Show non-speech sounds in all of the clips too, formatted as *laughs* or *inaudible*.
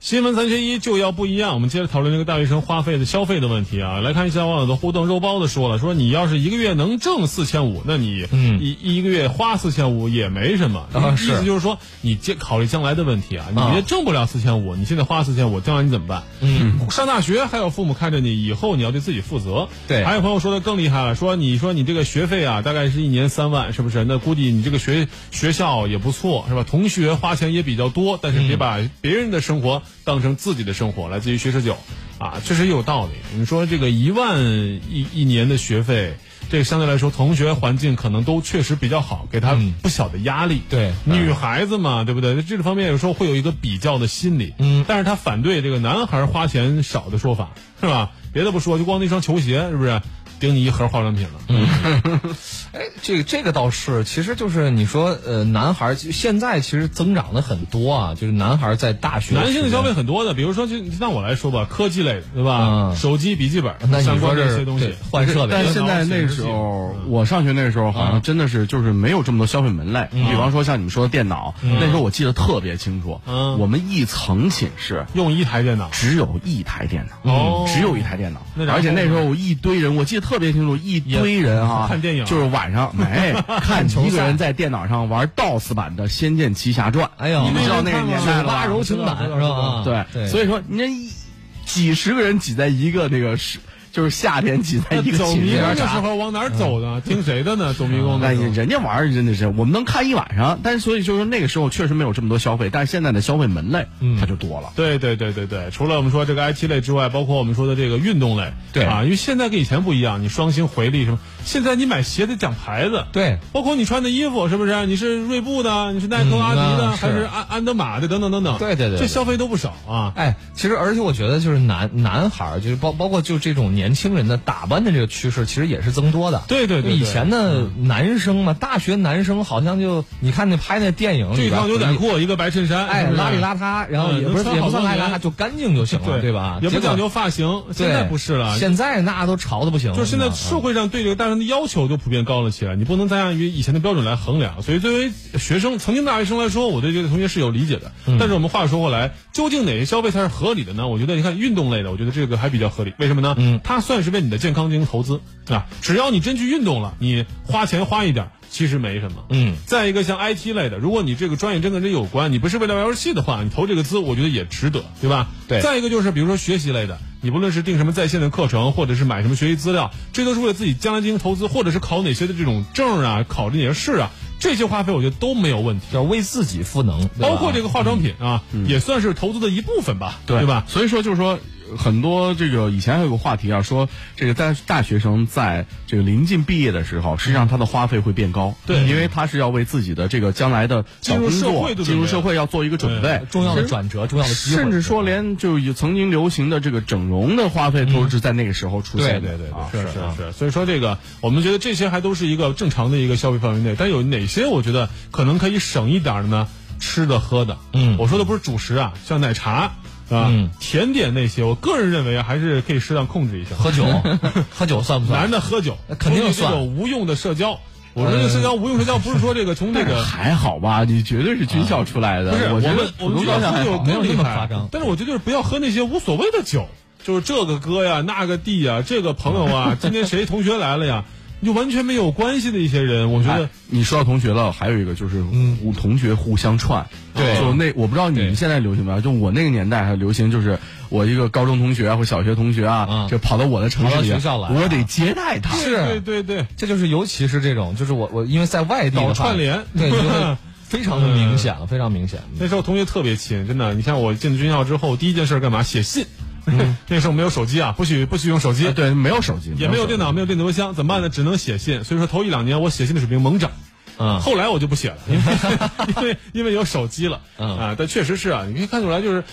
新闻三缺一就要不一样，我们接着讨论这个大学生花费的消费的问题啊。来看一下网友的互动，肉包子说了，说你要是一个月能挣四千五，那你嗯一一个月花四千五也没什么。啊意是意思就是说，你将考虑将来的问题啊，你啊别挣不了四千五，你现在花四千五，将来你怎么办？嗯，上大学还有父母看着你，以后你要对自己负责。对还有朋友说的更厉害了，说你说你这个学费啊，大概是一年三万，是不是？那估计你这个学学校也不错，是吧？同学花钱也比较多，但嗯是别把别人的生活当成自己的生活，来自于学十九，啊，确实有道理。你说这个一万一一年的学费。这个相对来说，同学环境可能都确实比较好，给他嗯不小的压力。对女孩子嘛，对不对？这个方面有时候会有一个比较的心理。嗯但是他反对这个男孩花钱少的说法，是吧？别的不说，就光那双球鞋，是不是顶你一盒化妆品了？嗯，哎，这个这个倒是，其实就是你说，呃，男孩儿就现在其实增长的很多啊，就是男孩儿在大学男性的时消间费很多的，比如说就就像我来说吧，科技类的，对吧？嗯手机、笔记本，那相你说关这这是些东西对。换设备，但是现在那时候，我上学那时候好啊像真的是就是没有这么多消费门类。你比方说像你们说的电脑，那时候我记得特别清楚嗯，我们一层寝室用一台电脑，只有一台电脑，哦只有一台电脑那，然后而且那时候我一堆人，我记得特别清楚，一堆人哈，看电影就是晚 *laughs* 上没看一个人在电脑上玩 DOS 版的《仙剑奇侠传》，哎呦你们知道那个年代酒了吧吧柔情啊版是吧？啊对，所以以说你这一几十个人挤在一个那个是，就是夏天挤在那哎一个啊走寝迷室宫的里时查。候往哪儿走嗯呢？听谁的呢？走迷宫那的时候。哎人家玩儿真的是，我们能看一晚上，但是所以就是说那个时候确实没有这么多消费，但是现在的消费门类嗯它就多了。对对对对对，除了我们说这个 IT 类之外，包括我们说的这个运动类，对啊，因为现在跟以前不一样，你双星回力什么，现在你买鞋得讲牌子，对包括你穿的衣服是不是？你是锐步的，你是耐克、嗯阿迪的，那是还是安安德玛的等等等等，对对对这对消费都不少啊。哎，其实而且我觉得就是男男孩儿，就是包包括就这种年轻人的打扮的这个趋势，其实也是增多的。对对对对嗯以前的男生嘛，大学男生好像就你看那拍那电影就里一边条儿，牛仔裤，一个白衬衫，哎，是不是邋里邋遢，然后嗯也不能是穿也好不算多邋里邋遢，年就干净就行了，对吧？也不结果讲究发型，现在对不是了。现在那都潮的不行了，就是现在嗯社会上对这个大学生的要求就普遍高了起来，你不能再按于以前的标准来衡量。所以，作为学生，曾经大学生来说，我对这个同学是有理解的。嗯但是我们话说回来，究竟哪些消费才是合理的呢？我觉得，你看运动类的，我觉得这个还比较合理。为什么呢？嗯它算是为你的健康进行投资啊。只要你真去运动了，你花钱花一点儿，其实没什么。嗯再一个像 IT 类的，如果你这个专业真跟这有关，你不是为了玩游戏的话，你投这个资，我觉得也值得，对吧？对再一个就是比如说学习类的，你不论是定什么在线的课程，或者是买什么学习资料，这都是为了自己将来进行投资，或者是考哪些的这种证啊，考这哪些试啊，这些花费我觉得都没有问题。要为自己赋能，对吧嗯包括这个化妆品啊，也算是投资的一部分吧，对吧？？所以说就是说，很多这个以前还有个话题啊，说这个大大学生在这个临近毕业的时候，实际上他的花费会变高，对因为他是要为自己的这个将来的找进入工社作会的准备进入社会要做一个准备对，重要的转折，重要的机会，甚至说连就有曾经流行的这个整容的花费都是在那个时候出现的，对对对对啊是是是，所以说这个我们觉得这些还都是一个正常的一个消费范围内，但有哪些我觉得可能可以省一点儿的呢？吃的喝的，嗯我说的不是主食啊，像奶茶啊、嗯甜点那些，我个人认为啊还是可以适当控制一下。喝酒， *laughs* 喝酒算不算？男的喝酒肯定从你这算种无用的社交。我说呃这个社交无用社交不是说这个从这这个个还好吧？你绝对是军校出来的，不是，我觉得们我普们通觉高得校喝还酒好。没有更厉那么害夸张但是我觉得就是不要喝那些无所谓的酒，就是这个哥呀、那个弟呀、这个朋友 *laughs* 啊，今天谁同学来了呀，你就完全没有关系的一些人，我觉哎得。嗯你说到同学了，还有一个就是互同学互相串，对就那我不知道你对们现在流行没有，就我那个年代还流行，就是我一个高中同学啊或小学同学啊嗯，就跑到我的城市里跑到学校来我得接待他，是对对对，这就是尤其是这种，就是我我因为在外地的话搞串联嗯对，你就 *laughs* 会非常的明显了，非常明显。那时候同学特别亲，真的。你像我进军校之后，第一件事干嘛？写信。 *laughs* 那时候没有手机啊，不许不许用手机，嗯啊对，没有手机，也没有手机电脑，没有电子邮箱，怎么办呢？只能写信。所以说头一两年我写信的水平猛涨，嗯后来我就不写了，因 *laughs* 为因为因为有手机了，嗯啊，但确实是啊，你可以看出来就是。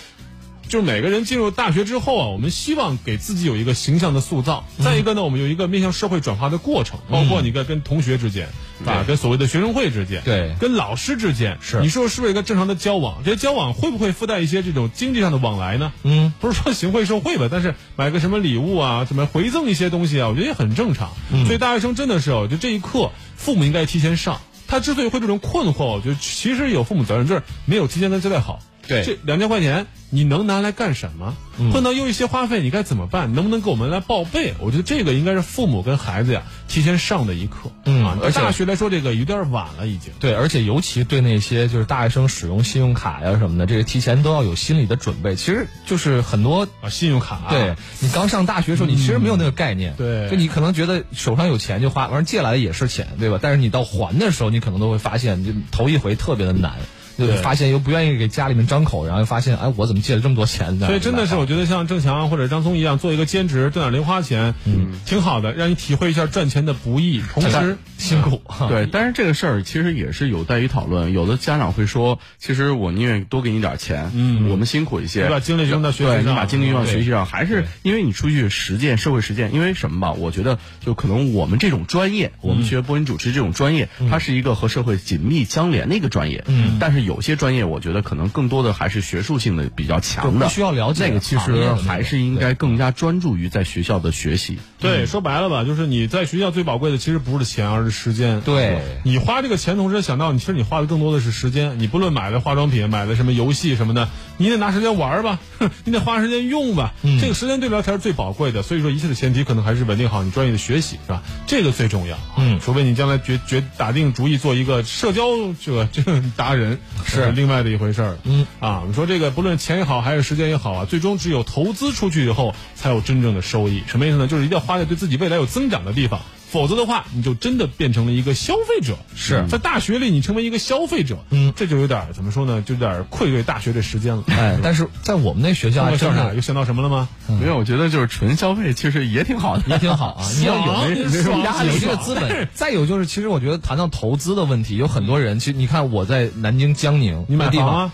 就是每个人进入大学之后啊，我们希望给自己有一个形象的塑造。嗯再一个呢，我们有一个面向社会转化的过程，包括你跟跟同学之间，啊，跟所谓的学生会之间，对跟老师之间，是你说是不是一个正常的交往？这些交往会不会附带一些这种经济上的往来呢？嗯，不是说行贿受贿吧，但是买个什么礼物啊，什么回赠一些东西啊，我觉得也很正常。嗯所以大学生真的是，我觉得这一课父哦母应该提前上。他之所以会这种困惑，我觉得其实有父母责任，就是没有提前跟交代好。对嗯这两千块钱你能拿来干什么？碰到又一些花费，你该怎么办？能不能给我们来报备？我觉得这个应该是父母跟孩子呀提前上的一课。嗯啊，而且大学来说这个有点晚了已经。对，而且尤其对那些就是大学生使用信用卡呀什么的，这个提前都要有心理的准备。其实就是很多啊，信用卡、对你刚上大学的时候，你其实没有那个概念，对就你可能觉得手上有钱就花，完了借来的也是钱，对吧？但是你到还的时候，你可能都会发现，就头一回特别的难，就对发现又不愿意给家里面张口，然后又发现，哎，我怎么借了这么多钱呢？所以真的是，我对吧觉得像郑强或者张松一样，做一个兼职挣点零花钱，嗯，挺好的，让你体会一下赚钱的不易。同时，辛苦，对，但是这个事儿其实也是有待于讨论。有的家长会说，其实我宁愿多给你点儿钱，嗯，我们辛苦一些，你把精力用到学习对上你把精力用到对学习上，还是因为你出去实践社会实践。因为什么吧？我觉得就可能我们这种专业，我们学播音主持这种专业，它是一个和社会紧密相连的一个专业。嗯，但是有些专业，我觉得可能更多的还是学术性的比较强就的，不需要了解那个其行业的实那种还是应该更加专注于在学校的学习。对，说白了吧，就是你在学校最宝贵的其实不是钱，而是时间。对你花这个钱，同时想到你其实你花的更多的是时间。你不论买的化妆品、买的什么游戏什么的，你得拿时间玩儿吧， *laughs* 哼你得花时间用吧。这个时间对不来才是最宝贵的。所以说，一切的前提可能还是稳定好你专业的学习，是吧？这个最重要。啊嗯除非你将来决决打定主意做一个社交这个这个达人，是另外的一回事儿。嗯啊，我们说这个不论钱也好，还是时间也好啊，最终只有投资出去以后，才有真正的收益。什么意思呢？就是一定要花在对自己未来有增长的地方。否则的话，你就真的变成了一个消费者。是在大学里，你成为一个消费者，嗯，这就有点儿怎么说呢？就有点儿愧对大学这时间了。哎，但是在我们那学校那还么真想啥？的又想到什么了吗？没有，我觉得就是纯消费其实也挺好的。也挺好 *laughs* 啊，你要有爽那爽压力，有这个资本。再有就是，其实我觉得谈到投资的问题，有很多人，其实你看我在南京江宁，你买那地房方，啊？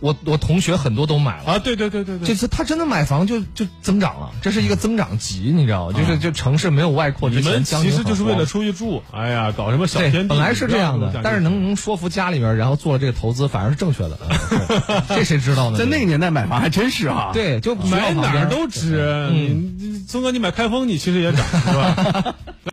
我我同学很多都买了。啊，对对对对对这。次他真的买房就就增长了，这是一个增长级，你知道吗？就是就城市没有外扩嗯你之前，们江其宁实就是为了很出去住，哎呀，搞什么小对天地，本来是这样不的要，但是能能说服家里面，然后做了这个投资，反而是正确 *laughs* 的，嗯是这谁知道呢？在那个年代买房还真是啊，，对就学校买旁哪边嗯儿都值。你你宗哥，你买开封，你其实也涨，是吧？